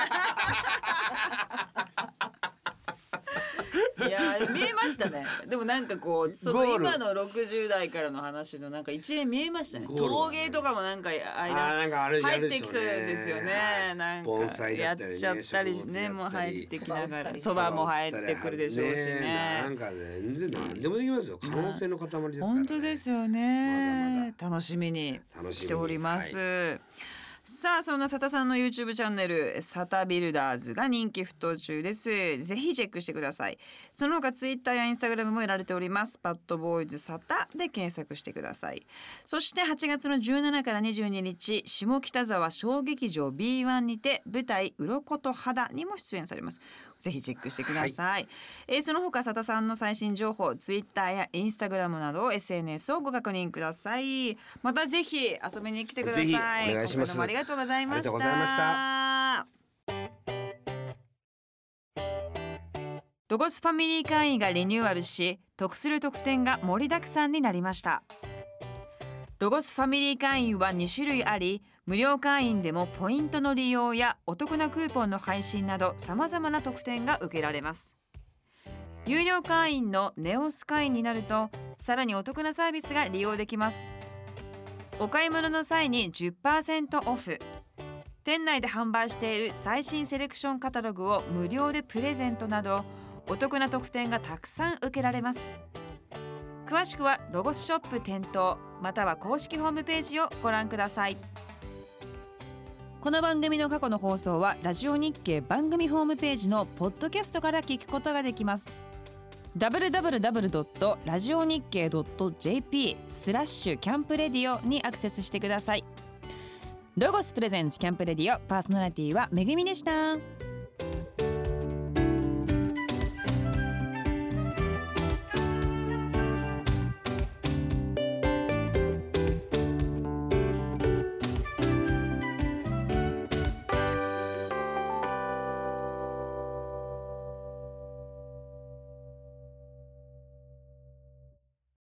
[SPEAKER 1] いやー見えましたね。でもなんかこうその
[SPEAKER 2] ゴール
[SPEAKER 1] 今の60代からの話のなんか一連見えましたね。
[SPEAKER 2] ゴール
[SPEAKER 1] 陶芸とかもなんかあれ
[SPEAKER 2] あーなんかあれや
[SPEAKER 1] 入
[SPEAKER 2] る
[SPEAKER 1] って
[SPEAKER 2] でし
[SPEAKER 1] きそ
[SPEAKER 2] ょう
[SPEAKER 1] う
[SPEAKER 2] ね
[SPEAKER 1] ですよ
[SPEAKER 2] は
[SPEAKER 1] ね。
[SPEAKER 2] い
[SPEAKER 1] なん
[SPEAKER 2] 盆
[SPEAKER 1] か
[SPEAKER 2] 栽
[SPEAKER 1] や
[SPEAKER 2] だ
[SPEAKER 1] っ
[SPEAKER 2] ったりね
[SPEAKER 1] ちゃったり
[SPEAKER 2] 植物
[SPEAKER 1] ねも
[SPEAKER 2] や
[SPEAKER 1] う
[SPEAKER 2] ったり
[SPEAKER 1] 入ってきな
[SPEAKER 2] [LAUGHS]
[SPEAKER 1] がらそ
[SPEAKER 3] そ
[SPEAKER 1] ばも入ってくるでしょうしね
[SPEAKER 2] な。んか全然何でもできますよ。可能性の塊ですから、ね。
[SPEAKER 1] 本当ですよね。
[SPEAKER 2] まだま
[SPEAKER 1] 楽しみに
[SPEAKER 2] 楽しみに
[SPEAKER 1] しております。さあそんな佐田さんの YouTube チャンネル「サタビルダーズ」が人気沸騰中ですぜひチェックしてくださいその他 Twitter や Instagram もやられております「パッドボーイズサタ」で検索してくださいそして8月の17から22日下北沢小劇場 B1 にて舞台「鱗と肌」にも出演されますぜひチェックしてください、えーその他佐田さんの最新情報 Twitter や Instagram など SNS をご確認くださいまたぜひ遊びに来てください
[SPEAKER 2] ぜひお願いしま
[SPEAKER 1] 今
[SPEAKER 2] す
[SPEAKER 1] 回もありがとうございました
[SPEAKER 2] ありがとうございました
[SPEAKER 1] ロゴスファミリー会員がリニューアルし得する特典が盛りだくさんになりましたロゴスファミリー会員は2種類あり無料会員でもポイントの利用やお得なクーポンの配信などさまざまな特典が受けられます有料会員のネオス会員になるとさらにお得なサービスが利用できますお買い物の際に10%オフ店内で販売している最新セレクションカタログを無料でプレゼントなどお得な特典がたくさん受けられます詳しくはロゴスショップ店頭または公式ホームページをご覧くださいこの番組の過去の放送はラジオ日経番組ホームページのポッドキャストから聞くことができます www.radionickei.jp スラッシュキャンプレディオにアクセスしてくださいロゴスプレゼンツキャンプレディオパーソナリティはめぐみでした